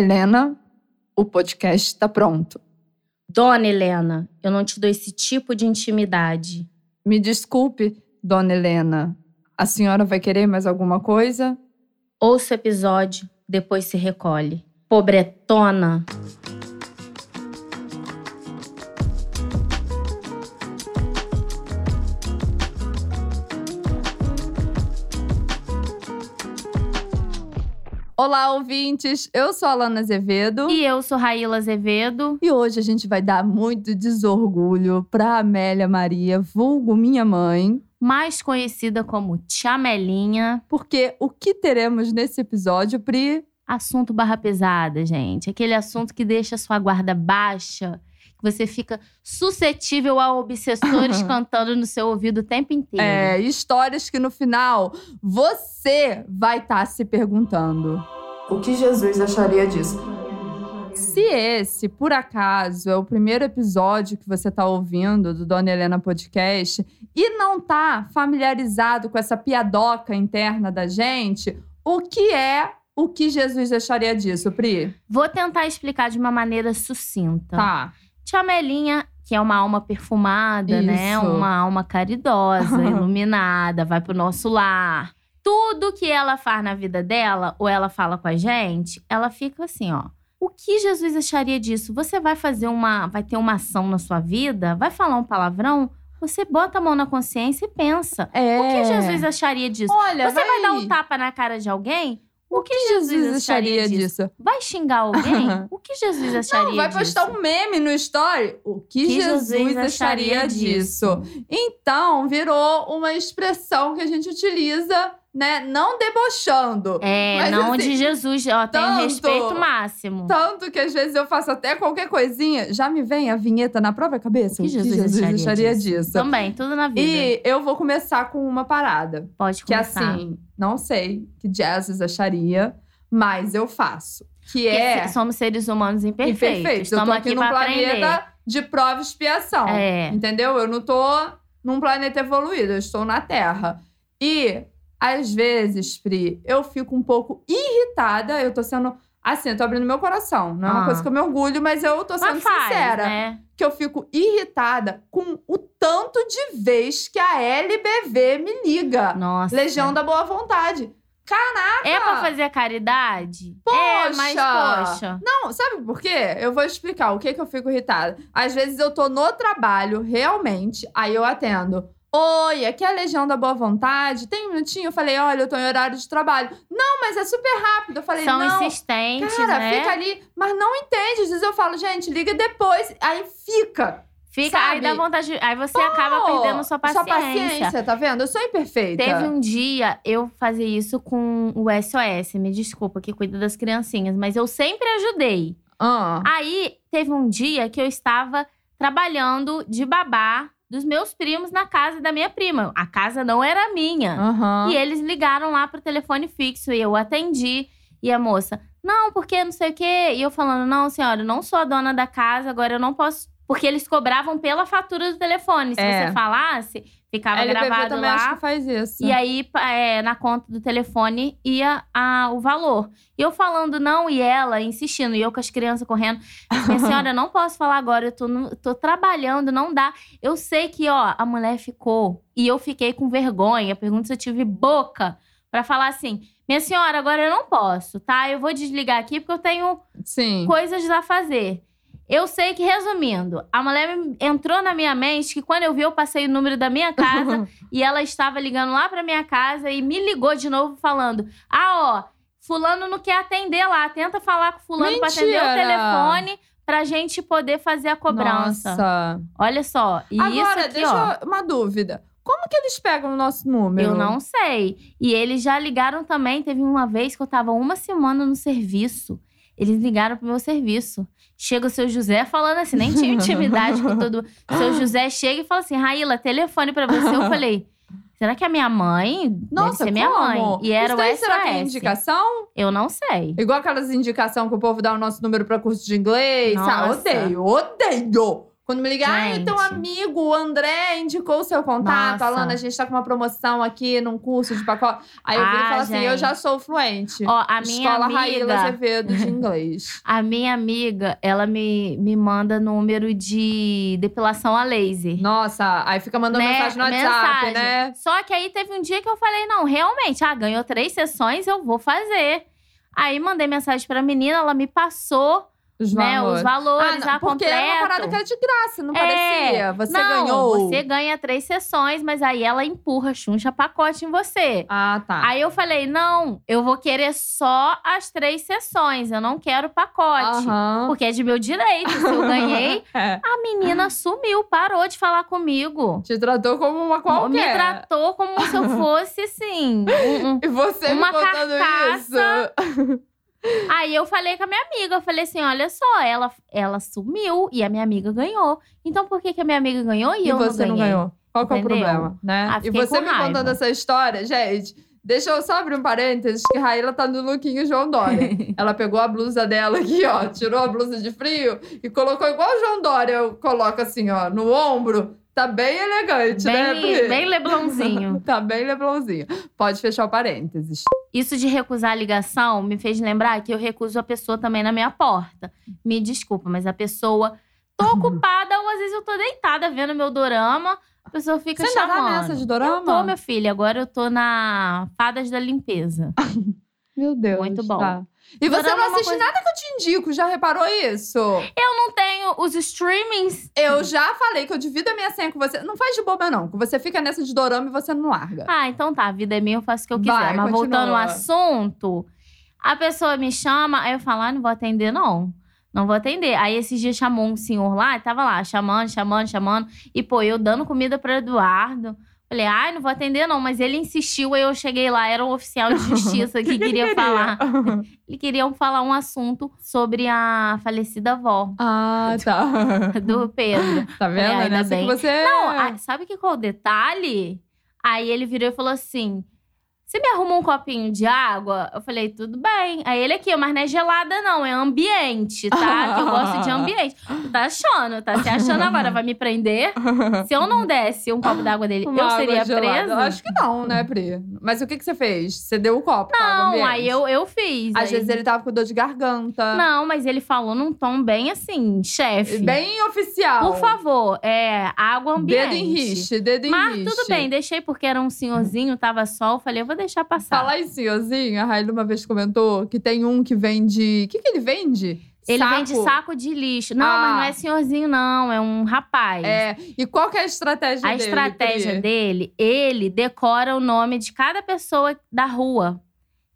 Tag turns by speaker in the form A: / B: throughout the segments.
A: Helena, o podcast está pronto.
B: Dona Helena, eu não te dou esse tipo de intimidade.
A: Me desculpe, dona Helena. A senhora vai querer mais alguma coisa?
B: Ouça o episódio, depois se recolhe. Pobretona!
A: Olá, ouvintes! Eu sou a Alana Azevedo.
B: E eu sou Raíla Azevedo.
A: E hoje a gente vai dar muito desorgulho pra Amélia Maria, vulgo minha mãe,
B: mais conhecida como Chamelinha.
A: porque o que teremos nesse episódio, Pri?
B: Assunto barra pesada, gente. Aquele assunto que deixa sua guarda baixa, que você fica suscetível a obsessores cantando no seu ouvido o tempo inteiro.
A: É, histórias que no final você vai estar se perguntando. O que Jesus acharia disso? Se esse, por acaso, é o primeiro episódio que você está ouvindo do Dona Helena Podcast e não tá familiarizado com essa piadoca interna da gente, o que é o que Jesus acharia disso, Pri?
B: Vou tentar explicar de uma maneira sucinta.
A: Tá.
B: Tia Melinha, que é uma alma perfumada, né?
A: Isso.
B: Uma alma caridosa, iluminada, vai pro nosso lar. Tudo que ela faz na vida dela, ou ela fala com a gente, ela fica assim, ó. O que Jesus acharia disso? Você vai fazer uma. Vai ter uma ação na sua vida? Vai falar um palavrão? Você bota a mão na consciência e pensa.
A: É.
B: O que Jesus acharia disso?
A: Olha,
B: Você vai... dar um tapa na cara de alguém? O que
A: Jesus,
B: Jesus,
A: acharia, disso?
B: Vai xingar alguém? o que Jesus acharia
A: Não, vai
B: disso?
A: postar um meme no story. O que,
B: Que
A: Jesus,
B: Jesus
A: acharia,
B: acharia
A: disso? Então, virou uma expressão que a gente utiliza, né? Não debochando.
B: É,
A: Mas,
B: não
A: assim,
B: de Jesus, ó, tem
A: tanto-
B: respeito máximo.
A: Tanto que às vezes eu faço até qualquer coisinha, já me vem a vinheta na própria cabeça.
B: O que Jesus acharia
A: disso?
B: Também, tudo na vida.
A: E eu vou começar com uma parada.
B: Pode
A: Que
B: começar.
A: assim, não sei que Jesus acharia, mas eu faço. Que
B: Porque
A: é
B: se- somos seres humanos imperfeitos.
A: imperfeito. Eu
B: Estamos
A: tô aqui, num
B: pra
A: planeta
B: aprender.
A: de prova e expiação.
B: É.
A: Entendeu? Eu não tô num planeta evoluído, eu estou na Terra. E, às vezes, Pri, eu fico um pouco irritada, eu tô sendo. Assim, eu tô abrindo meu coração. Não é uma
B: Ah.
A: coisa que eu me orgulho, mas eu tô sendo
B: Mas faz,
A: sincera.
B: né?
A: Que eu fico irritada com o tanto de vez que a LBV me liga.
B: Nossa.
A: Legião da Boa Vontade. Caraca!
B: É pra fazer a caridade? É, mas
A: Poxa!
B: poxa.
A: Não, sabe por quê? Eu vou explicar o que, que eu fico irritada. Às vezes eu tô no trabalho, realmente, aí eu atendo. Oi, aqui é a Legião da Boa Vontade. Tem um minutinho? Eu falei, olha, eu tô em horário de trabalho. Não, mas é super rápido. Eu falei,
B: São
A: não.
B: insistentes,
A: Cara,
B: né?
A: fica ali, mas não entende. Às vezes eu falo, gente, liga depois. Aí fica.
B: Fica- aí dá
A: sabe?
B: vontade. de- Aí você acaba
A: Pô,
B: perdendo sua paciência.
A: Sua paciência, tá vendo? Eu sou imperfeita.
B: Teve um dia eu fazia isso com o SOS, me desculpa, que cuida das criancinhas, mas eu sempre ajudei.
A: Ah,
B: Aí teve um dia que eu estava trabalhando de babá dos meus primos na casa da minha prima. A casa não era minha.
A: aham.
B: E eles ligaram lá pro telefone fixo e eu atendi. E a moça, não, porque não sei o quê. E eu falando, não, senhora, eu não sou a dona da casa, agora eu não posso. Porque eles cobravam pela fatura do telefone. Se
A: É.
B: você falasse, ficava
A: A LBV
B: gravado
A: também
B: lá.
A: acho que faz isso.
B: E aí, pa- é, na conta do telefone, ia a- o valor. E eu falando não, e ela insistindo, e eu com as crianças correndo. Minha senhora, eu não posso falar agora, eu tô, no- tô trabalhando, não dá. Eu sei que, ó, a mulher ficou. E eu fiquei com vergonha. Pergunto se eu tive boca pra falar assim: minha senhora, agora eu não posso, tá? Eu vou desligar aqui porque eu tenho
A: Sim.
B: coisas a fazer. Eu sei que, resumindo, a mulher me- entrou na minha mente que quando eu vi, eu passei o número da minha casa e ela estava ligando lá pra minha casa e me ligou de novo falando: "Ah, ó, fulano não quer atender lá, tenta falar com fulano pra atender o
A: Mentira!
B: telefone pra gente poder fazer a cobrança".
A: Nossa.
B: Olha só, e isso
A: Agora,
B: aqui,
A: deixa
B: ó.
A: eu- uma dúvida. Como que eles pegam o nosso número?
B: Eu não sei. E eles já ligaram também. Teve uma vez que eu tava uma semana no serviço. Eles ligaram pro meu serviço. Chega o seu José falando assim, nem tinha intimidade com todo. Seu José chega e fala assim: Raíla, telefone pra você. Eu falei: será que é minha mãe?
A: Nossa,
B: Deve ser minha
A: como?
B: mãe. E era
A: Isso daí
B: o
A: será que é
B: SOS.
A: indicação?
B: Eu não sei.
A: Igual aquelas indicações que o povo dá o nosso número pra curso de inglês. Ah,
B: Nossa.
A: odeio, odeio! Quando me ligar, ah,
B: Gente.
A: então amigo, o André indicou o seu contato.
B: Nossa.
A: Alana, a gente tá com uma promoção aqui num curso de pacote. Aí eu viro e
B: Ah,
A: falo assim: eu
B: gente.
A: já sou fluente.
B: Ó, a minha
A: Escola Raíla
B: amiga.
A: Azevedo de inglês.
B: A minha amiga, ela me, me manda número de depilação a laser.
A: Nossa, aí fica mandando
B: Né?
A: mensagem no WhatsApp,
B: Mensagem.
A: né?
B: Só que aí teve um dia que eu falei: não, realmente, ah, ganhou três sessões, eu vou fazer. Aí mandei mensagem pra menina, ela me passou
A: Os
B: né, os
A: valores.
B: valores,
A: ah, não,
B: a
A: porque
B: completa.
A: era uma parada que era de graça, não
B: É.
A: parecia? Você
B: não,
A: ganhou.
B: você ganha três sessões, mas aí ela empurra, chuncha pacote em você.
A: Ah, tá.
B: Aí eu falei, não, eu vou querer só as três sessões, eu não quero pacote.
A: Aham.
B: Porque é de meu direito, se eu ganhei.
A: É.
B: A menina sumiu, parou de falar comigo.
A: Te tratou como uma qualquer.
B: Me tratou como se eu fosse, assim, um- um
A: E você
B: Uma
A: me contando
B: carcaça.
A: isso?
B: Aí eu falei com a minha amiga, eu falei assim, olha só, ela, ela sumiu e a minha amiga ganhou. Então por que, que a minha amiga ganhou e,
A: E,
B: eu
A: você
B: não
A: não
B: ganhei?
A: ganhou. Qual que é o
B: Entendeu?
A: problema, né?
B: Ah,
A: e
B: fiquei
A: você
B: com
A: me
B: raiva.
A: contando essa história, gente. Deixa eu só abrir um parênteses, que Raíla tá no lookinho João Dória. Ela pegou a blusa dela aqui, ó, tirou a blusa de frio e colocou igual o João Dória, eu coloco assim, ó, no ombro. Tá bem elegante, né, Pri?
B: bem, bem leblonzinho.
A: Tá bem leblonzinho. Pode fechar o parênteses.
B: Isso de recusar a ligação me fez lembrar que eu recuso a pessoa também na minha porta. Me desculpa, mas a pessoa tô
A: Uhum.
B: ocupada ou às vezes eu tô deitada vendo meu dorama, a pessoa fica
A: Você já
B: chamando.
A: tá nessa de dorama?
B: Eu tô, meu filho, agora eu tô na Fadas da Limpeza.
A: Meu Deus.
B: Muito bom.
A: tá. E você
B: Dorama é
A: não
B: uma
A: assiste
B: coisa-
A: nada que eu te indico, já reparou isso?
B: Eu não tenho os streamings.
A: Eu já falei que eu divido a minha senha com você. Não faz de boba, não. Que você fica nessa de dorama e você não larga.
B: Ah, então tá, a vida é minha, eu faço o que eu quiser.
A: Vai,
B: Mas
A: continua.
B: voltando ao assunto, a pessoa me chama, aí eu falo, ah, não vou atender, não. Não vou atender. Aí esses dias chamou um senhor lá, e tava lá, chamando, chamando, chamando. E, pô, eu dando comida pro Eduardo. Falei, ai, não vou atender, não. Mas ele insistiu, aí eu cheguei lá, era um oficial de justiça que queria falar. Eles queriam falar um assunto sobre a falecida avó
A: ah, tá.
B: do Pedro.
A: Tá vendo?
B: É,
A: É,
B: ainda
A: nessa
B: bem.
A: que você.
B: Não, a- sabe que qual o detalhe? Aí ele virou e falou assim: Você me arruma um copinho de água? Eu falei, tudo bem. Aí ele aqui, mas não é gelada, não, é ambiente, tá? Que eu gosto de ambiente. Tu tá achando, tá se achando agora, vai me prender? Se eu não desse um copo d'água dele,
A: Uma
B: eu
A: água
B: seria
A: gelada.
B: presa?
A: Eu Acho que não, né, Pri? Mas o que, que você fez? Você deu o copo? pra água
B: não,
A: ambiente?
B: aí eu, eu fiz.
A: Às
B: aí-
A: vezes ele tava com dor de garganta.
B: Não, mas ele falou num tom bem assim, chefe.
A: Bem oficial.
B: Por favor, é água ambiente.
A: Dedo em rixe, dedo em
B: Mas
A: rixe.
B: tudo bem, deixei porque era um senhorzinho, tava sol, falei, eu vou deixar passar.
A: Falar em senhorzinho, a Raíla uma vez comentou que tem um que vende. O que, que ele vende?
B: Ele vende saco de lixo. Não,
A: Ah.
B: mas não é senhorzinho, não. É um rapaz.
A: É. E qual que é a estratégia
B: a
A: dele?
B: estratégia
A: Pri?
B: dele, ele decora o nome de cada pessoa da rua.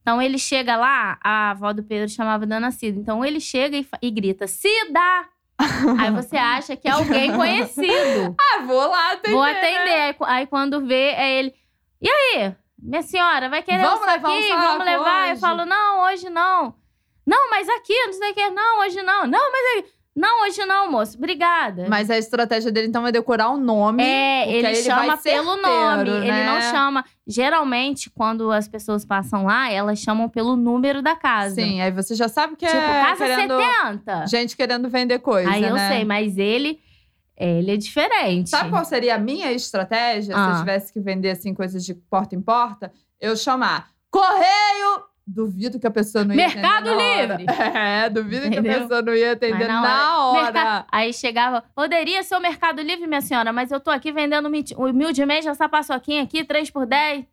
B: Então ele chega lá, a avó do Pedro chamava Dona Cida. Então ele chega e, fa- e grita: Cida! Aí você acha que é alguém conhecido.
A: Ah, vou lá atender.
B: Vou
A: né?
B: atender. Aí, qu- aí quando vê, é ele. E aí? Minha senhora, vai querer
A: Vamos
B: isso aqui?
A: levar um saco
B: Vamos levar? Eu
A: hoje?
B: falo, não, hoje não. Não, mas aqui, não sei o que. Não, hoje não. Não, mas aqui. Não, hoje não, moço. Obrigada.
A: Mas a estratégia dele, então, é decorar o nome.
B: é,
A: porque
B: ele,
A: aí ele
B: chama
A: vai certeiro,
B: pelo nome. Ele não
A: né?
B: chama. Geralmente, quando as pessoas passam lá, elas chamam pelo número da casa.
A: Sim, aí você já sabe que
B: Tipo,
A: é
B: casa
A: querendo,
B: 70.
A: gente querendo vender coisa,
B: Aí eu
A: né?
B: sei, mas ele. Ele é diferente.
A: Sabe qual seria a minha estratégia se
B: Ah.
A: eu tivesse que vender assim coisas de porta em porta? Eu chamar correio. Duvido que a pessoa não ia
B: Mercado
A: atender na hora.
B: Livre.
A: É, duvido que a
B: Entendeu?
A: pessoa não ia atender
B: Mas na
A: na hora.
B: Merca- Aí chegava, poderia ser o Mercado Livre, minha senhora, mas eu tô aqui vendendo humilde- humildemente essa paçoquinha aqui, 3 por 10.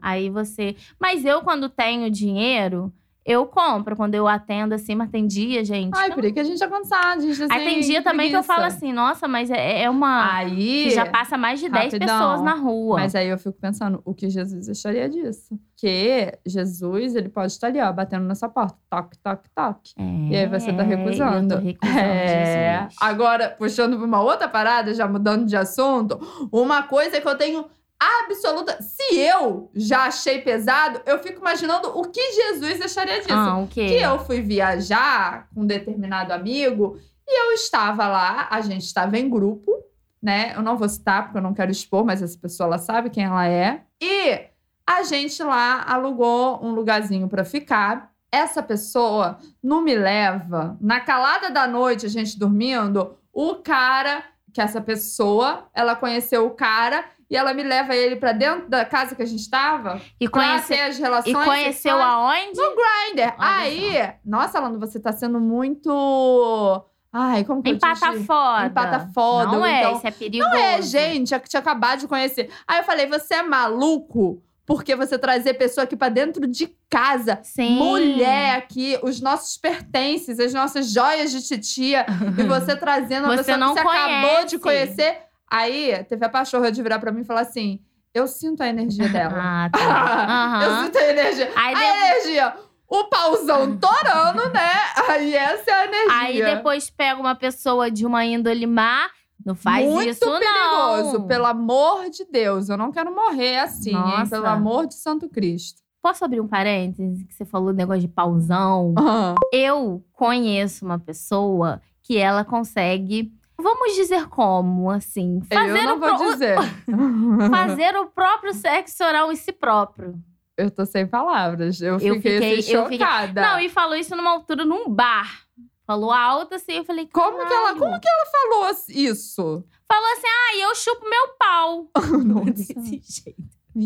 B: Aí você. Mas eu, quando tenho dinheiro, eu compro. Quando eu atendo assim, mas tem dia, gente.
A: Ai,
B: que eu
A: Pri, que a gente tá cansado. A gente tá
B: não- Aí
A: sem
B: tem dia também que eu
A: preguiça.
B: falo assim, nossa, mas é, é uma.
A: Aí.
B: que já passa mais de 10
A: rapidão.
B: pessoas na rua.
A: Mas aí eu fico pensando, o que Jesus acharia disso? Que Jesus, ele pode estar ali, ó, batendo na sua porta. Toque, toque, toque. E aí você tá
B: É,
A: recusando.
B: Eu tô recusando.
A: É.
B: Jesus.
A: Agora, puxando pra uma outra parada, já mudando de assunto, uma coisa que eu tenho absoluta. Se eu já achei pesado, eu fico imaginando o que Jesus acharia disso.
B: Ah, o quê?
A: Que eu fui viajar com um determinado amigo e eu estava lá, a gente estava em grupo, né? Eu não vou citar porque eu não quero expor, mas essa pessoa ela sabe quem ela é. E a gente lá alugou um lugarzinho para ficar. Essa pessoa não me leva. Na calada da noite, a gente dormindo, o cara que essa pessoa, ela conheceu o cara e ela me leva ele pra dentro da casa que a gente tava
B: E,
A: pra
B: conhece...
A: ter as relações.
B: e conheceu
A: sexuais
B: aonde?
A: no Grindr. é. Aí, nossa, Lando, você tá sendo muito. Ai, como que eu
B: Empata
A: te
B: foda.
A: Empata foda,
B: Não
A: ou
B: é,
A: então-
B: isso é perigoso.
A: Não é, gente, eu tinha acabado de conhecer. Aí eu falei, você é maluco? Porque você trazer pessoa aqui pra dentro de casa.
B: Sim.
A: Mulher aqui, os nossos pertences, as nossas joias de titia. e você trazendo uma
B: Você
A: pessoa
B: não
A: que você acabou de
B: conhece.
A: conhecer. Aí teve a pachorra de virar pra mim e falar assim, eu sinto a energia dela.
B: Ah, tá. Aham.
A: Eu sinto a energia.
B: Aí, de-
A: A energia. O pauzão torando, né? Aí essa é a energia.
B: aí depois pega uma pessoa de uma índole má. Não faz
A: Muito
B: isso, não.
A: perigoso, pelo amor de Deus. Eu não quero morrer assim, hein?
B: Nossa.
A: Pelo amor de Santo Cristo.
B: Posso abrir um parênteses? Que você falou do negócio de pausão.
A: Aham.
B: Eu conheço uma pessoa que ela consegue, vamos dizer como, assim,
A: Eu
B: fazer,
A: não
B: o,
A: vou
B: pro-
A: dizer.
B: fazer o próprio sexo oral em si próprio.
A: Eu tô sem palavras. Eu fiquei,
B: Eu fiquei-
A: assim,
B: eu fiquei-
A: chocada.
B: Não, e falou isso numa altura num bar. Falou alto assim, eu falei,
A: Como que ela-
B: "Caralho."
A: como falou isso.
B: Falou assim, ah, eu chupo meu pau.
A: Nossa.
B: Desse jeito.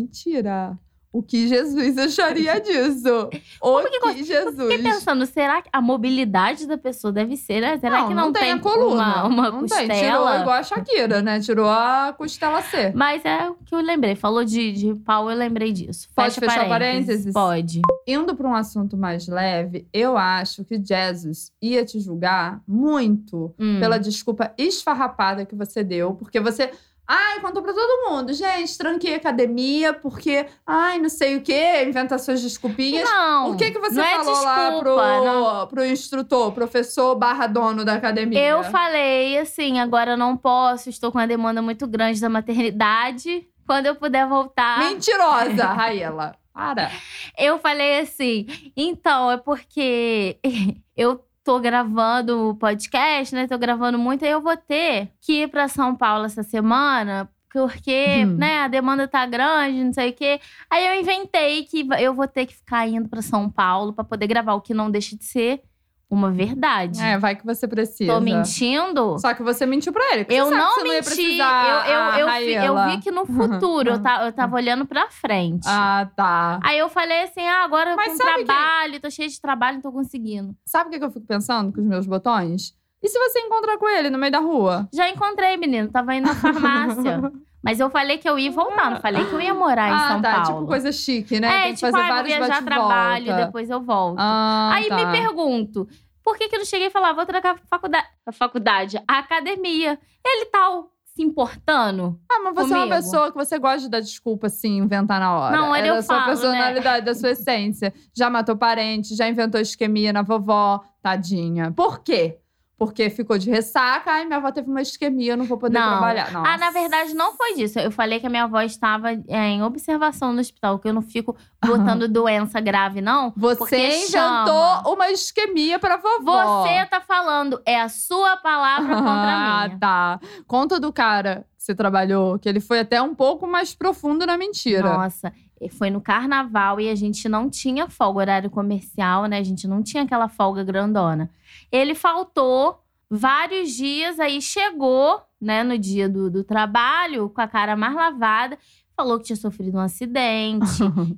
A: Mentira. O que Jesus acharia disso? O
B: que
A: que,
B: co-
A: Jesus.
B: Fiquei pensando, será que a mobilidade da pessoa deve ser? né? Será que não,
A: tem, a coluna.
B: uma, uma
A: não
B: costela?
A: tem. Tirou igual a Shakira, né? Tirou a costela C.
B: Mas é o que eu lembrei. Falou de, de pau, eu lembrei disso.
A: Pode
B: Fecha
A: fechar parênteses?
B: Pode.
A: Indo para um assunto mais leve, eu acho que Jesus ia te julgar muito
B: Hum.
A: pela desculpa esfarrapada que você deu, porque você. Ai, contou pra todo mundo. Gente, tranquei a academia porque, ai, não sei o quê, inventa suas desculpinhas.
B: Não.
A: o que que você
B: não é
A: falou lá pro,
B: desculpa, não.
A: pro instrutor, professor barra dono da academia?
B: Eu falei assim, agora eu não posso, estou com uma demanda muito grande da maternidade. Quando eu puder voltar,
A: Mentirosa, Raela. Para.
B: eu falei assim. Então, é porque eu tô gravando o podcast, né? Tô gravando muito, aí eu vou ter que ir pra São Paulo essa semana. Porque,
A: Hum.
B: né, a demanda tá grande, não sei o quê. Aí eu inventei que va- eu vou ter que ficar indo pra São Paulo pra poder gravar, o que não deixa de ser uma verdade.
A: É, vai que você precisa.
B: Tô mentindo?
A: Só que você mentiu pra ele. porque
B: Eu
A: você sabe
B: não
A: que você Não ia
B: menti.
A: precisar,
B: eu, eu, eu,
A: a
B: vi, eu
A: Raela.
B: vi que no futuro eu, ta- eu tava olhando pra frente.
A: Uhum. Ah, tá.
B: Aí eu falei assim: ah, agora eu
A: Mas
B: com
A: sabe que-
B: trabalho, tô cheia de trabalho, não tô conseguindo.
A: Sabe o que que eu fico pensando com os meus botões? E se você encontrar com ele no meio da rua?
B: Já encontrei, menino, tava indo na farmácia. Mas eu falei que eu ia voltar, não falei que eu ia morar em
A: ah,
B: São
A: tá.
B: Paulo.
A: Tipo coisa chique, né?
B: É,
A: Tem que
B: tipo,
A: fazer
B: ah, eu vou
A: vários
B: viajar
A: bate-volta.
B: trabalho, depois eu volto.
A: Ah,
B: Aí
A: tá.
B: me pergunto, por que que eu não cheguei e falar, vou trocar a faculdade, a faculdade, a academia? Ele tá se importando?
A: Ah, mas você é uma
B: comigo.
A: pessoa que você gosta de dar desculpa, assim, inventar na hora.
B: Não, olha,
A: é
B: eu
A: da sua
B: falo, né?
A: personalidade, da sua essência. Já matou parente, já inventou isquemia na vovó. Tadinha. Por quê? Porque ficou de ressaca. Ai, minha avó teve uma isquemia, eu não vou poder
B: Não.
A: trabalhar.
B: Ah, na verdade não foi disso. Eu falei que a minha avó estava é, em observação no hospital, que eu não fico botando doença grave, não.
A: Você
B: Porque
A: inventou
B: chama.
A: uma isquemia pra vovó.
B: Você tá falando, é a sua palavra contra a
A: Ah,
B: minha.
A: tá. Conta do cara que você trabalhou, que ele foi até um pouco mais profundo na mentira.
B: Nossa, e foi no carnaval e a gente não tinha folga, horário comercial, né? A gente não tinha aquela folga grandona. Ele faltou vários dias, aí chegou, né, no dia do, do trabalho, com a cara mais lavada, falou que tinha sofrido um acidente,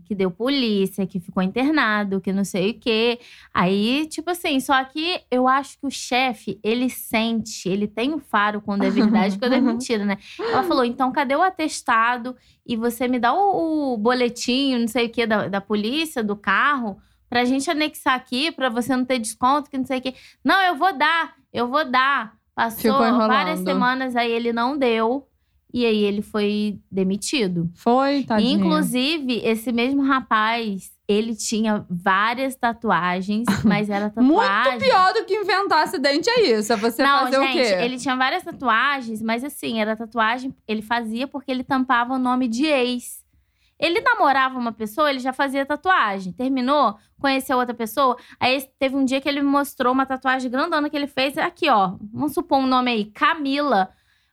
B: que deu polícia, que ficou internado, que não sei o quê. Aí, tipo assim, só que eu acho que o chefe, ele sente, ele tem o faro quando é verdade e quando é mentira, né? Ela falou: então cadê o atestado? E você me dá o, o boletim, não sei o quê, da, da polícia, do carro, pra gente anexar aqui, pra você não ter desconto, que não sei o quê. Não, eu vou dar, eu vou dar. Passou
A: Ficou enrolando.
B: várias semanas, aí ele não deu. E aí ele foi demitido.
A: Foi, tadinho.
B: Inclusive, esse mesmo rapaz, ele tinha várias tatuagens, mas era tatuagem.
A: Muito pior do que inventar acidente é isso. É você
B: Não,
A: fazer
B: gente,
A: o quê?
B: ele tinha várias tatuagens, mas assim, era tatuagem, ele fazia porque ele tampava o nome de ex. Ele namorava uma pessoa, ele já fazia tatuagem. Terminou, conheceu outra pessoa. Aí teve um dia que ele me mostrou uma tatuagem grandona que ele fez. é Aqui, ó. Vamos supor um nome aí, Camila.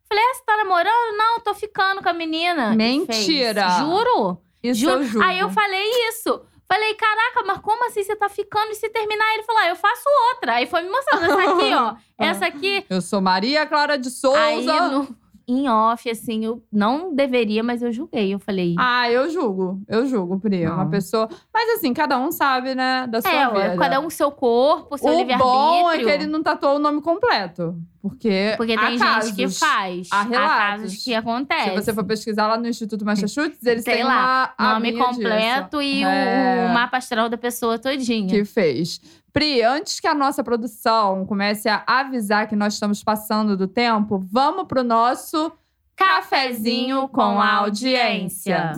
B: Falei, ah, você tá namorando? Não, tô ficando com a menina. E fez.
A: Mentira.
B: Juro.
A: Isso
B: Ju-
A: eu juro.
B: Aí eu falei isso. Falei, caraca, mas como assim você tá ficando? E se terminar, ele falou, ah, eu faço outra. Aí foi me mostrando essa aqui, ó. Essa aqui.
A: Eu sou Maria Clara de Souza.
B: Aí, no, em off, assim, eu não deveria, mas eu julguei. Eu falei,
A: Ah, eu julgo. Eu julgo, Pri. É Uma
B: Não.
A: pessoa. Mas assim, cada um sabe, né? Da sua
B: é,
A: vida.
B: ué, cada um seu corpo, seu
A: o bom é que
B: livre-arbítrio.
A: ele não tatuou o nome completo. Porque,
B: Porque tem
A: há
B: gente
A: casos.
B: que faz.
A: Há relatos.
B: casos que acontece.
A: Se você for pesquisar lá no Instituto Massachusetts, eles
B: Sei
A: têm
B: lá,
A: uma
B: nome
A: abinha
B: completo e o-
A: É.
B: o, mapa astral da pessoa todinha.
A: disso que fez. Pri, antes que a nossa produção comece a avisar que nós estamos passando do tempo, vamos pro nosso
B: Cafezinho com a audiência.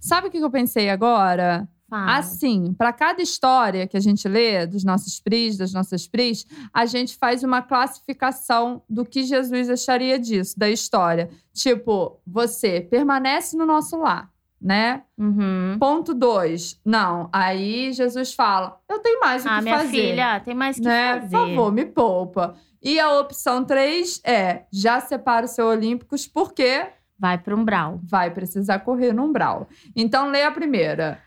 A: Sabe o que que eu pensei agora?
B: Fala.
A: Assim, para cada história que a gente lê dos nossos pris, das nossas pris, a gente faz uma classificação do que Jesus acharia disso, da história. Tipo, você permanece no nosso lar, né?
B: Uhum.
A: Ponto 2. Não, aí Jesus fala: eu tenho mais o
B: Ah,
A: que
B: minha
A: fazer.
B: filha, tem mais que
A: né?
B: fazer.
A: Por favor, me poupa. E a opção 3 é: já separa o seu Olímpicos porque
B: Vai pro umbral.
A: vai precisar correr no umbral. Então lê a primeira.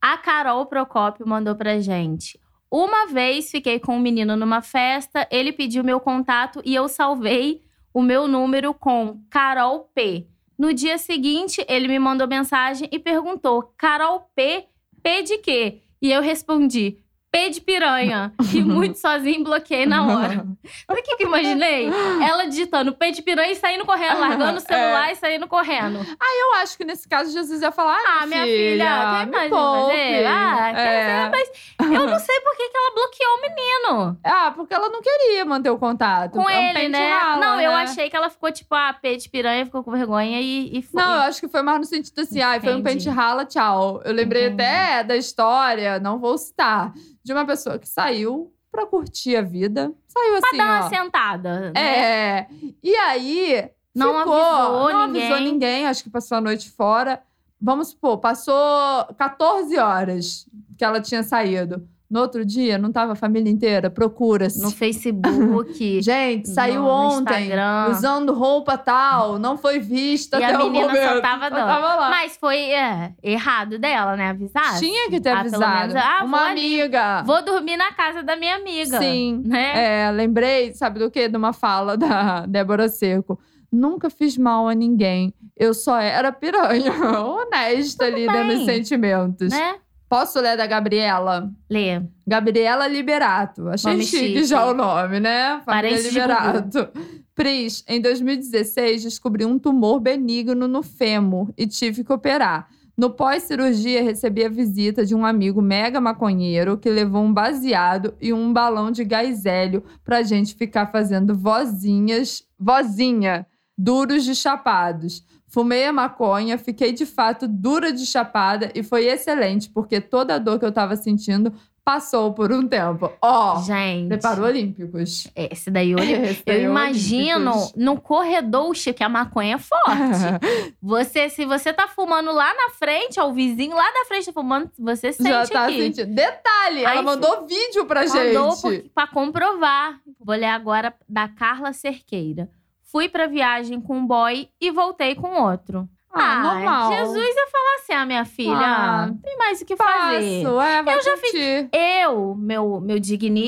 B: A Carol Procópio mandou pra gente. Uma vez fiquei com um menino numa festa, ele pediu meu contato e eu salvei o meu número com Carol P. No dia seguinte, ele me mandou mensagem e perguntou: Carol P, P de quê? E eu respondi: P de piranha. E muito sozinho bloqueei na hora. Sabe o que, que eu imaginei? Ela digitando P de piranha e saindo correndo,
A: É.
B: largando o celular e saindo correndo.
A: Eu acho que nesse caso Jesus ia falar:
B: Ah, minha filha, tem
A: me
B: mais o que
A: poupe.
B: fazer? Ah, quer
A: É.
B: dizer, mas eu não sei por que, que ela bloqueou o menino
A: Ah, porque ela não queria manter o contato.
B: com
A: É um
B: ele,
A: pente
B: né?
A: rala,
B: não, eu
A: né?
B: achei que ela ficou tipo, ah, pé de piranha, ficou com vergonha e, e foi.
A: Não, eu acho que foi mais no sentido assim, ai, foi um
B: Entendi.
A: pente rala, tchau. Eu lembrei
B: Entendi.
A: até da história, não vou citar, de uma pessoa que saiu pra curtir a vida. Saiu assim,
B: Dá uma
A: ó.
B: sentada. né?
A: É. E aí,
B: Não
A: ficou,
B: avisou
A: não
B: ninguém.
A: avisou ninguém, acho que passou a noite fora. Vamos supor, passou 14 horas que ela tinha saído. No outro dia, não tava a família inteira, procura-se.
B: No Facebook.
A: Gente, saiu
B: no
A: ontem,
B: Instagram.
A: usando roupa tal, não foi vista
B: E
A: tá até
B: a
A: o
B: menina
A: momento.
B: só tava dando.
A: lá.
B: Mas foi é, errado dela, né? Avisar.
A: Tinha que ter
B: Ah, pelo
A: avisado.
B: menos, ah, vou
A: Uma
B: ali.
A: amiga.
B: Vou dormir na casa da minha amiga.
A: Sim.
B: Né?
A: É, lembrei, sabe do quê? De uma fala da Débora Seco. Nunca fiz mal a ninguém. Eu só era piranha. Honesta ali dentro
B: bem.
A: dos sentimentos.
B: Né?
A: Posso ler da Gabriela?
B: Lê.
A: Gabriela Liberato. Achei
B: Nome
A: chique,
B: chique.
A: já o nome, né? Família
B: Parente de
A: Liberato. Pris, em 2016 descobri um tumor benigno no fêmur e tive que operar. No pós-cirurgia, recebi a visita de um amigo mega maconheiro que levou um baseado e um balão de gás hélio pra gente ficar fazendo vozinhas, vozinha, duros de chapados. Fumei a maconha, fiquei de fato dura de chapada e foi excelente, porque toda a dor que eu tava sentindo passou por um tempo. Ó,
B: Gente.
A: preparou Olímpicos.
B: Esse daí eu olhei. Eu
A: Preparou
B: imagino
A: Olímpicos.
B: no corredor, Chico, que a maconha é forte. Você, se você tá fumando lá na frente, ó, o vizinho lá da frente tá fumando, você sente
A: Já tá
B: aqui.
A: sentindo. Detalhe,
B: Aí
A: ela mandou vídeo pra
B: Mandou
A: gente.
B: por- pra comprovar. Vou ler agora da Carla Cerqueira. Fui pra viagem com um boy e voltei com outro.
A: Ah, normal.
B: Jesus ia falar assim, ah, minha filha,
A: Ah,
B: não tem mais o que fazer.
A: Faço, é, vai
B: Eu já
A: curtir.
B: Eu, meu, meu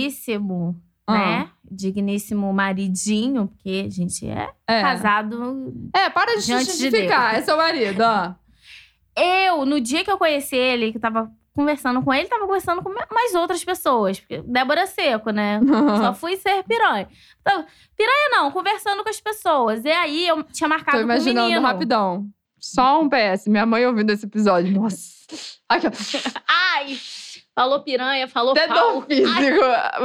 B: digníssimo,
A: Ah,
B: né? Digníssimo maridinho, porque a gente é
A: É.
B: casado
A: É, para de
B: Diante de
A: justificar. é seu marido, ó.
B: Eu, no dia que eu conheci ele, que eu tava conversando com ele, tava conversando com mais outras pessoas. Porque Débora Seco, né? Só fui ser piranha. Então, piranha não, conversando com as pessoas. E aí eu tinha
A: Tô
B: marcado com o
A: imaginando
B: menino.
A: rapidão. Só um PS. Minha mãe ouvindo esse episódio. Nossa. Aqui, ó.
B: Ai! Falou piranha, falou
A: Até
B: pau.
A: dor físico.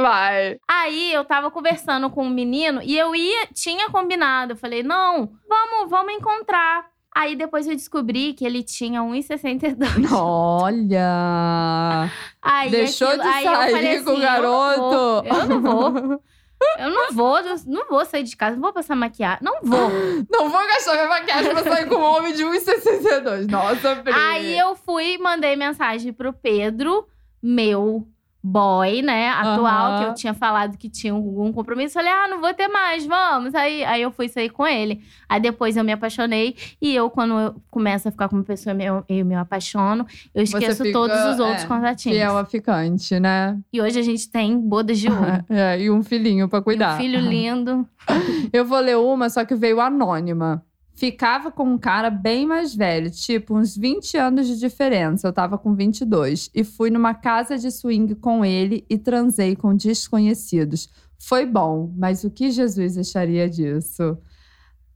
A: Vai.
B: Aí eu tava conversando com um menino e eu ia, tinha combinado. Eu falei, não, vamos, vamos encontrar. Aí depois eu descobri que ele tinha 1,62.
A: Olha.
B: Aí
A: Deixou
B: aquilo-
A: de
B: aí eu falei
A: sair com o
B: assim, eu não vou,
A: garoto.
B: Eu não vou. Eu não vou, eu não vou sair de casa, não vou passar maquiagem, não vou.
A: Não vou gastar minha maquiagem pra sair com um homem de 1,62. Nossa, Pri.
B: Aí eu fui e mandei mensagem pro Pedro, meu boy, né, atual,
A: Aham.
B: que eu tinha falado que tinha algum compromisso. Falei, ah, não vou ter mais, vamos. Aí, aí eu fui sair com ele. Aí depois eu me apaixonei. E eu, quando eu começo a ficar com uma pessoa e eu, eu me apaixono, eu
A: Você
B: esqueço
A: fica,
B: todos os outros
A: é,
B: contatinhos.
A: Fiel a ficante, né?
B: E hoje a gente tem bodas de ouro.
A: É, e um filhinho pra
B: E um
A: cuidar.
B: filho lindo.
A: Eu vou ler uma, só que veio anônima. Ficava com um cara bem mais velho, tipo uns 20 anos de diferença. Eu tava com 22. E fui numa casa de swing com ele e transei com desconhecidos. Foi bom, mas o que Jesus acharia disso?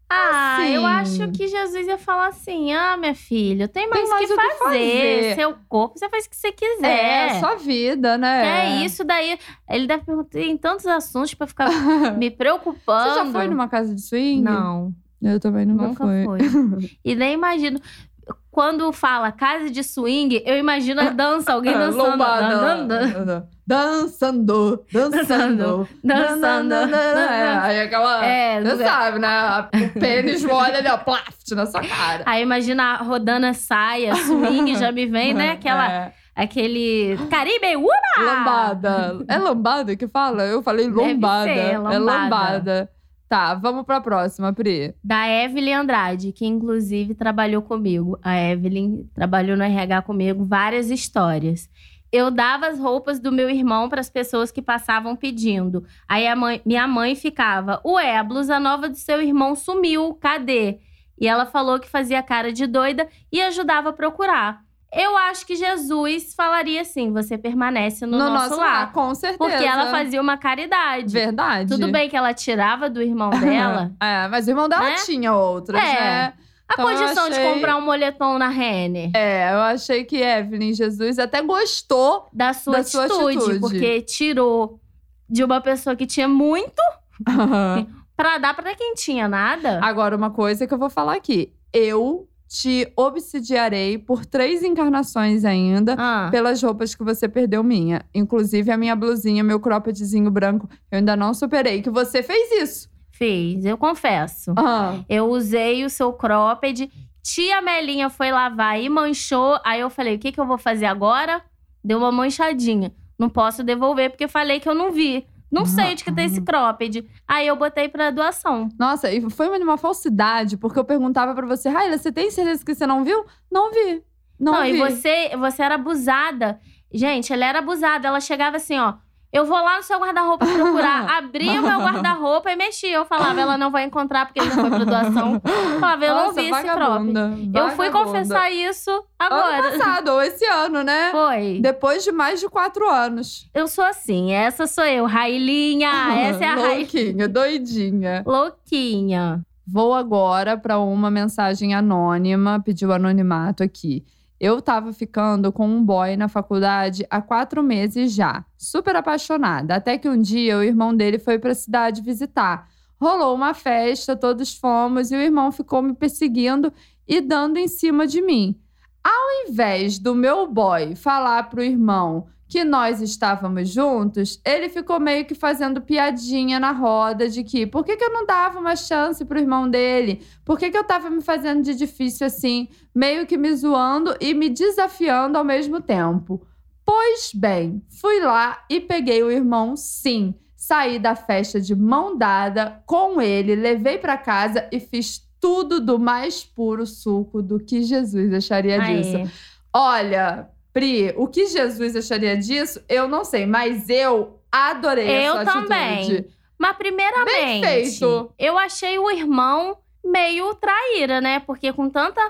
B: Ah,
A: Assim.
B: eu acho que Jesus ia falar assim: ah, minha filha, tem mais,
A: Tem mais
B: o que
A: o que
B: fazer.
A: fazer. É,
B: Seu corpo, você faz o que você quiser.
A: sua vida, né?
B: É isso daí. Ele deve perguntar, tem tantos assuntos pra ficar me preocupando.
A: Você já foi numa casa de swing?
B: Não,
A: Eu também nunca,
B: nunca
A: fui.
B: fui. E nem imagino. Quando fala casa de swing, eu imagino a dança, alguém
A: Ah,
B: dançando.
A: lombada.
B: Dan, dan, dan,
A: Dançando, dançando,
B: Dançando.
A: dan, dan, dan, dan. É,
B: dan, dan.
A: Aí aquela.
B: É,
A: Você sabe, né? O pênis molha ali, ó, plaft na sua cara.
B: aí imagina a rodando a saia, swing, já me vem, né? Aquela,
A: É.
B: Aquele. Caribe, uba!
A: Lambada. É lambada que fala? Eu falei
B: Deve
A: lombada.
B: ser,
A: É
B: lambada.
A: lambada. Tá, vamos pra próxima, Pri.
B: da Evelyn Andrade, que inclusive trabalhou comigo. A Evelyn trabalhou no RH comigo várias histórias. Eu dava as roupas do meu irmão para as pessoas que passavam pedindo. Aí a mãe- minha mãe ficava: Ué, a blusa nova do seu irmão sumiu, cadê? E ela falou que fazia cara de doida e ajudava a procurar. Eu acho que Jesus falaria assim: Você permanece no, nosso, lar.
A: com certeza.
B: Porque ela fazia uma caridade.
A: Verdade.
B: Tudo bem que ela tirava do irmão dela.
A: É, mas o irmão dela
B: Né?
A: tinha outras,
B: É.
A: né?
B: A
A: Então, eu
B: condição de
A: achei-
B: comprar um moletom na Renner.
A: É, eu achei que Evelyn Jesus até gostou
B: Da, sua,
A: Da sua
B: atitude,
A: atitude.
B: Porque tirou de uma pessoa que tinha muito pra dar pra quem tinha nada.
A: Agora, uma coisa que eu vou falar aqui. Eu te obsidiarei por três encarnações ainda.
B: Ah,
A: Pelas roupas que você perdeu minha. Inclusive a minha blusinha, meu croppedzinho branco. Eu ainda não superei que você fez isso.
B: Fiz, eu confesso.
A: Ah,
B: Eu usei o seu cropped. Tia Melinha foi lavar e manchou. Aí eu falei, o que, que eu vou fazer agora? Deu uma manchadinha. Não posso devolver porque falei que eu não
A: Ah,
B: vi. Não sei onde que tem esse cropped. Aí eu botei pra doação.
A: Nossa, e foi uma, uma falsidade. Porque eu perguntava pra você. Raila, você tem certeza que você não viu? Não vi. Não,
B: Não,
A: vi.
B: e você, você era abusada. Gente, ela era abusada. Ela chegava assim, ó. Eu vou lá no seu guarda-roupa procurar. Abria o meu guarda-roupa e mexia. Eu falava, ela não vai encontrar porque ele não foi pra doação. Eu falava, eu não
A: Nossa,
B: vi esse cropped.
A: vagabunda,
B: Eu fui
A: vagabunda.
B: confessar isso
A: Ano
B: agora.
A: passado, ou esse ano, né?
B: Foi.
A: Depois de mais de quatro anos.
B: Eu sou assim, essa sou eu. Railinha, essa é a Rail...
A: Louquinha, doidinha.
B: Louquinha.
A: Vou agora para uma mensagem anônima, pediu anonimato aqui. Eu tava ficando com um boy na faculdade há quatro meses já, super apaixonada. Até que um dia o irmão dele foi pra cidade visitar. Rolou uma festa, todos fomos e o irmão ficou me perseguindo e dando em cima de mim. Ao invés do meu boy falar pro irmão que nós estávamos juntos, ele ficou meio que fazendo piadinha na roda de que por que, que eu não dava uma chance pro irmão dele? Por que, que eu tava me fazendo de difícil assim? Meio que me zoando e me desafiando ao mesmo tempo. Pois bem, fui lá e peguei o irmão, sim. Saí da festa de mão dada com ele, levei pra casa e fiz tudo do mais puro suco do que Jesus acharia
B: Aí.
A: disso. Olha, Pri, o que Jesus acharia disso, eu não sei, mas eu adorei
B: Eu
A: essa
B: também.
A: atitude.
B: Mas primeiramente,
A: feito.
B: eu achei o irmão meio traíra, né? Porque com tanta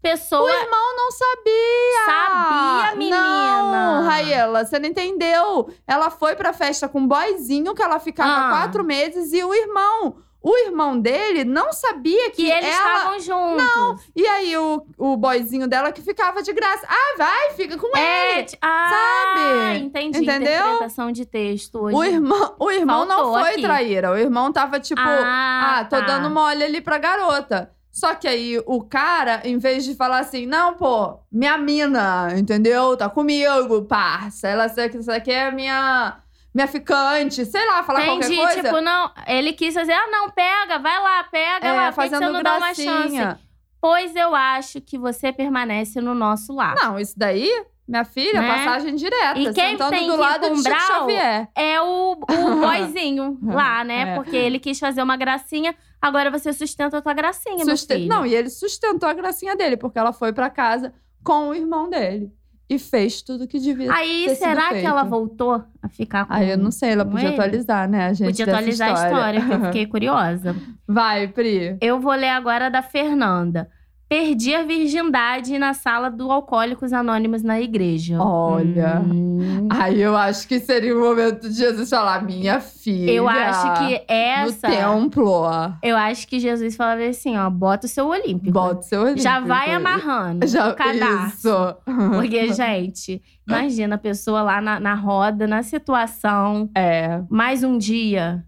B: pessoa
A: O irmão não sabia!
B: sabia, menina.
A: Não, Raela, você não entendeu. Ela foi pra festa com um boyzinho que ela ficava
B: Ah.
A: quatro meses e o irmão. O irmão dele não sabia que,
B: que eles
A: ela.
B: estavam juntos. Não,
A: E aí, o, o boyzinho dela que ficava de graça. Ah, vai, fica com
B: é,
A: ele.
B: ti- ah,
A: sabe?
B: Entendi.
A: Entendeu?
B: Interpretação de texto hoje.
A: O irmão, o irmão não
B: é. Faltou
A: foi
B: aqui.
A: traíra. O irmão tava tipo.
B: ah,
A: Ah, tô
B: tá.
A: dando mole ali pra garota. Só que aí o cara, em vez de falar assim, não, pô, minha mina, entendeu? Tá comigo, parça. Ela sei que isso aqui é minha, minha ficante, sei lá, falar
B: Entendi,
A: qualquer coisa.
B: tipo, não. Ele quis fazer, ah, não, pega, vai lá, pega
A: é,
B: lá, por que que você
A: fazendo
B: não dá uma chance?
A: gracinha.
B: Pois eu acho que você permanece no nosso lar.
A: Não, isso daí, Minha filha,
B: Né?
A: passagem direta.
B: E quem
A: sentando
B: tem
A: do
B: que
A: lado de Chico
B: cumbrar o-
A: Xavier.
B: É o, o boyzinho lá, né?
A: É.
B: Porque ele quis fazer uma gracinha, agora você sustenta a tua gracinha, meu
A: Susten-
B: filho.
A: Não, e ele sustentou a gracinha dele, porque ela foi pra casa com o irmão dele. E fez tudo que devia. ter
B: Aí,
A: sido
B: será que
A: feito.
B: ela voltou a ficar com
A: Aí eu não sei, ela
B: com
A: podia
B: ele?
A: atualizar, né, a gente?
B: é? Podia
A: dessa
B: atualizar a história, que eu fiquei curiosa.
A: Vai, Pri.
B: Eu vou ler agora da Fernanda. Perdi a virgindade na sala do Alcoólicos Anônimos na igreja.
A: Olha.
B: Hum.
A: Aí eu acho que seria o momento de Jesus falar, minha filha.
B: Eu acho que
A: No
B: essa.
A: templo, ó.
B: Eu acho que Jesus falava assim: ó, bota o seu Olímpico.
A: Bota o seu olímpico.
B: Já vai amarrando.
A: Já,
B: o cadastro.
A: isso.
B: Porque, gente, imagina a pessoa lá na, na roda, na situação,
A: É.
B: mais um dia.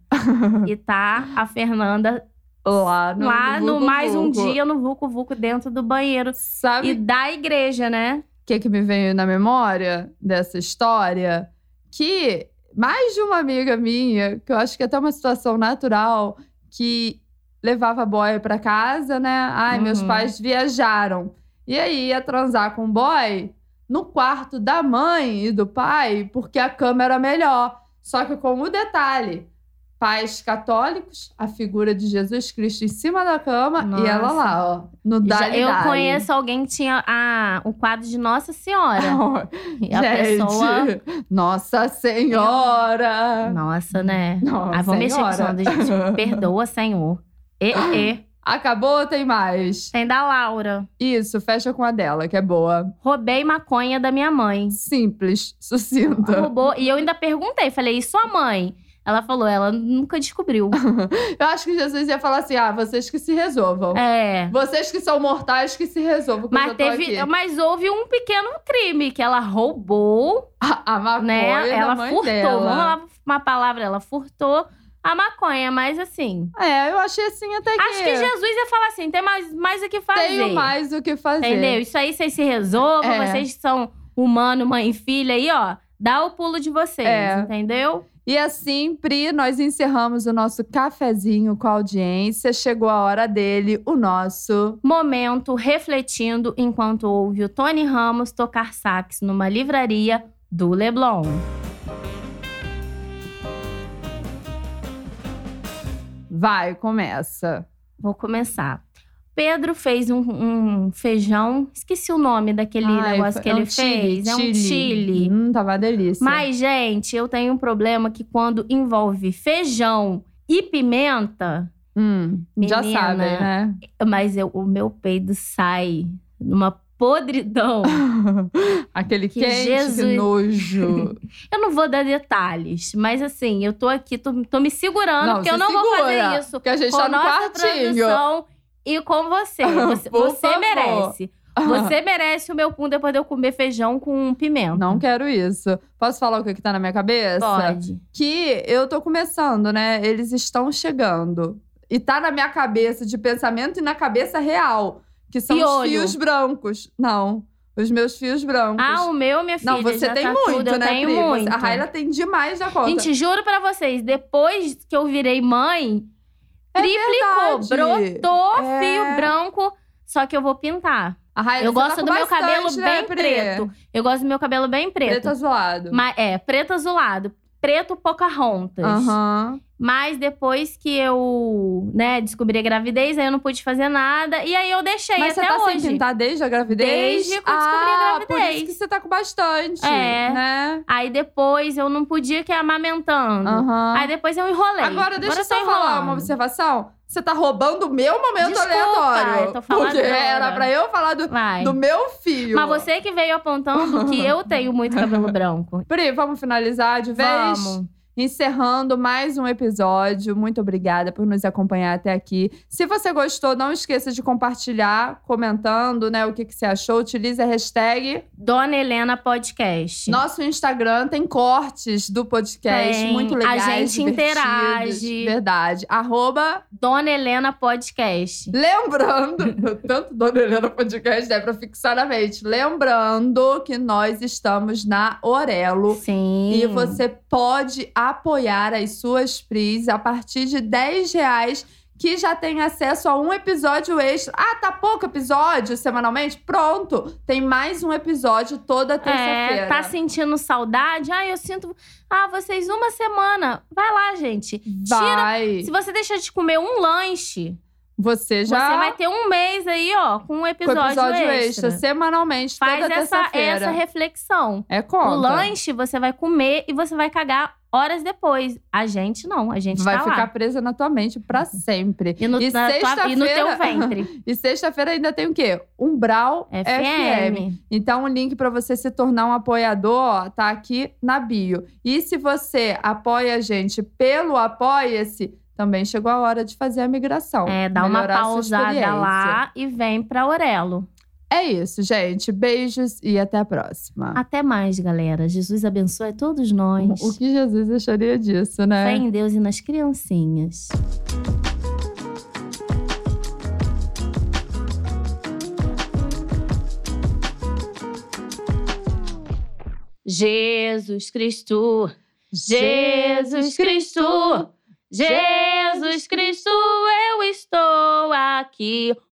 B: e tá a Fernanda
A: Lá no,
B: lá no
A: Vucu
B: mais um
A: Vucu.
B: dia no Vucu Vucu dentro do banheiro.
A: Sabe
B: E da igreja, né?
A: o que, que me veio na memória dessa história? Que mais de uma amiga minha, que eu acho que é até uma situação natural, que levava a boy pra casa, né? Ai, meus
B: Uhum.
A: pais viajaram. E aí ia transar com o boy no quarto da mãe e do pai, porque a cama era melhor. Só que com o detalhe: pais católicos, a figura de Jesus Cristo em cima da cama e ela
B: Nossa.
A: lá, ó, no
B: Já-
A: dali
B: eu
A: dali.
B: conheço alguém que tinha a, o quadro de Nossa Senhora. E a
A: Gente,
B: pessoa.
A: Nossa Senhora!
B: Nossa, né?
A: Nossa
B: Ah, vou mexer com o som
A: Senhora.
B: da gente. Perdoa, Senhor. E, e.
A: Acabou, tem mais.
B: Tem da Laura.
A: Isso, fecha com a dela, que é boa.
B: Roubei maconha da minha mãe.
A: Simples, sucinta.
B: Roubou. E eu ainda perguntei, falei, e sua mãe? Ela falou, ela nunca descobriu.
A: Eu acho que Jesus ia falar assim: ah, vocês que se resolvam.
B: É.
A: Vocês que são mortais que se resolvam. que eu
B: Mas,
A: já tô
B: teve,
A: aqui.
B: mas houve um pequeno crime que ela roubou,
A: A, a maconha
B: né?
A: da
B: Ela
A: mãe
B: furtou.
A: dela.
B: Vamos lá, uma palavra, ela furtou a maconha, mas assim.
A: É, eu achei assim até que.
B: Acho que Jesus ia falar assim: tem mais, mais o que fazer.
A: tenho mais o que fazer.
B: Entendeu? Isso aí vocês se resolvam,
A: É.
B: vocês que são humano, mãe e filha aí, ó. Dá o pulo de vocês,
A: É.
B: entendeu?
A: E assim, Pri, nós encerramos o nosso cafezinho com a audiência. Chegou a hora dele, o nosso.
B: Momento refletindo enquanto ouve o Tony Ramos tocar sax numa livraria do Leblon.
A: Vai, começa.
B: Vou começar. Pedro fez um, um feijão, esqueci o nome daquele
A: Ai,
B: negócio
A: foi-
B: que
A: é
B: ele
A: um
B: fez. é um chile.
A: Hum, tava uma delícia.
B: Mas, gente, eu tenho um problema que quando envolve feijão e pimenta,
A: Hum, já
B: Menina.
A: sabem, né?
B: mas eu- o meu peido sai numa podridão.
A: Aquele
B: Que
A: quente, que
B: Jesus.
A: nojo.
B: eu não vou dar detalhes, mas assim, eu tô aqui, tô, tô me segurando, porque
A: se
B: eu não vou fazer
A: segura,
B: isso
A: Porque a gente
B: com
A: tá
B: a
A: no
B: nossa
A: quartinho.
B: produção e com você. Você,
A: Por
B: você
A: favor.
B: merece. Você merece o meu pum depois de eu comer feijão com pimenta.
A: Não quero isso. Posso falar o que, que tá na minha cabeça?
B: pode.
A: que eu tô começando, né? Eles estão chegando. E tá na minha cabeça de pensamento e na cabeça real. Que são
B: E
A: os
B: olho?
A: fios brancos. Não, os meus fios brancos.
B: Ah, o meu, minha filha.
A: Não, você
B: já
A: tem
B: tá
A: muito,
B: tudo, eu
A: né,
B: tenho
A: Pri? Você-
B: muito.
A: A Raila tem demais da conta.
B: Gente, juro pra vocês, depois que eu virei mãe, triplicou,
A: É verdade.
B: brotou
A: É.
B: fio branco. Só que eu vou pintar.
A: a Raila,
B: eu
A: você tá
B: gosto
A: com
B: do meu
A: bastante,
B: cabelo
A: né,
B: bem
A: Pri?
B: preto. Eu gosto do meu cabelo bem preto.
A: Preto azulado.
B: Mas, é, preto azulado. Preto Pocahontas.
A: Aham.
B: Mas depois que eu, né, descobri a gravidez, aí eu não pude fazer nada. E aí eu deixei
A: Mas
B: até
A: você tá
B: hoje.
A: sem pintar desde a gravidez?
B: Desde que eu descobri a
A: ah, por
B: gravidez.
A: isso que você tá com bastante,
B: É.
A: né?
B: Aí depois eu não podia que é amamentando.
A: Aham.
B: Aí depois eu enrolei.
A: Agora, deixa eu
B: eu
A: só
B: tô
A: falar
B: enrolando.
A: uma observação. Você tá roubando o meu momento
B: Desculpa,
A: aleatório.
B: eu tô
A: porque
B: faladora.
A: era pra eu falar do,
B: Vai.
A: do meu filho.
B: Mas você que veio apontando que eu tenho muito cabelo branco.
A: Pri, vamos finalizar de vez?
B: Vamos.
A: Encerrando mais um episódio. Muito obrigada por nos acompanhar até aqui. Se você gostou, não esqueça de compartilhar, comentando, né, o que, que você achou. Utilize a hashtag.
B: Dona Helena Podcast.
A: Nosso Instagram tem cortes do podcast
B: Tem.
A: muito legais,
B: A gente
A: divertidos.
B: interage.
A: Verdade. Arroba
B: Dona Helena Podcast.
A: Lembrando, tanto Dona Helena Podcast é pra fixar na mente. Lembrando que nós estamos na Orelo.
B: Sim.
A: E você pode apoiar as suas PRIs a partir de 10 reais, que já tem acesso a um episódio extra. Ah, tá pouco episódio semanalmente? Pronto, tem mais um episódio toda terça-feira.
B: É, tá sentindo saudade? Ah, eu sinto. Ah, vocês uma semana. Vai lá, gente.
A: Vai.
B: Se você deixar de comer um lanche,
A: Você já.
B: você vai ter um mês aí, ó, com um
A: com
B: episódio,
A: episódio extra, semanalmente,
B: Faz
A: toda
B: essa,
A: terça-feira.
B: essa reflexão.
A: É conta.
B: O lanche você vai comer e você vai cagar horas depois. A gente não, a gente
A: vai
B: tá
A: ficar
B: lá. Uhum.
A: presa na tua mente pra sempre.
B: E no,
A: e
B: na tua- e no teu
A: sexta-feira-
B: ventre.
A: E sexta-feira ainda tem o quê? Um Umbral FM.
B: FM.
A: Então, o link para você se tornar um apoiador ó, tá aqui na bio. E se você apoia a gente pelo Apoia-se, também chegou a hora de fazer a migração.
B: É, dá uma
A: melhorar a sua
B: pausada
A: experiência.
B: lá e vem pra Aurelo.
A: É isso, gente. Beijos e até a próxima.
B: Até mais, galera. Jesus abençoe todos nós.
A: O que Jesus acharia disso, né?
B: Fé em Deus e nas criancinhas. Jesus Cristo, Jesus Cristo, Jesus Cristo, eu estou aqui.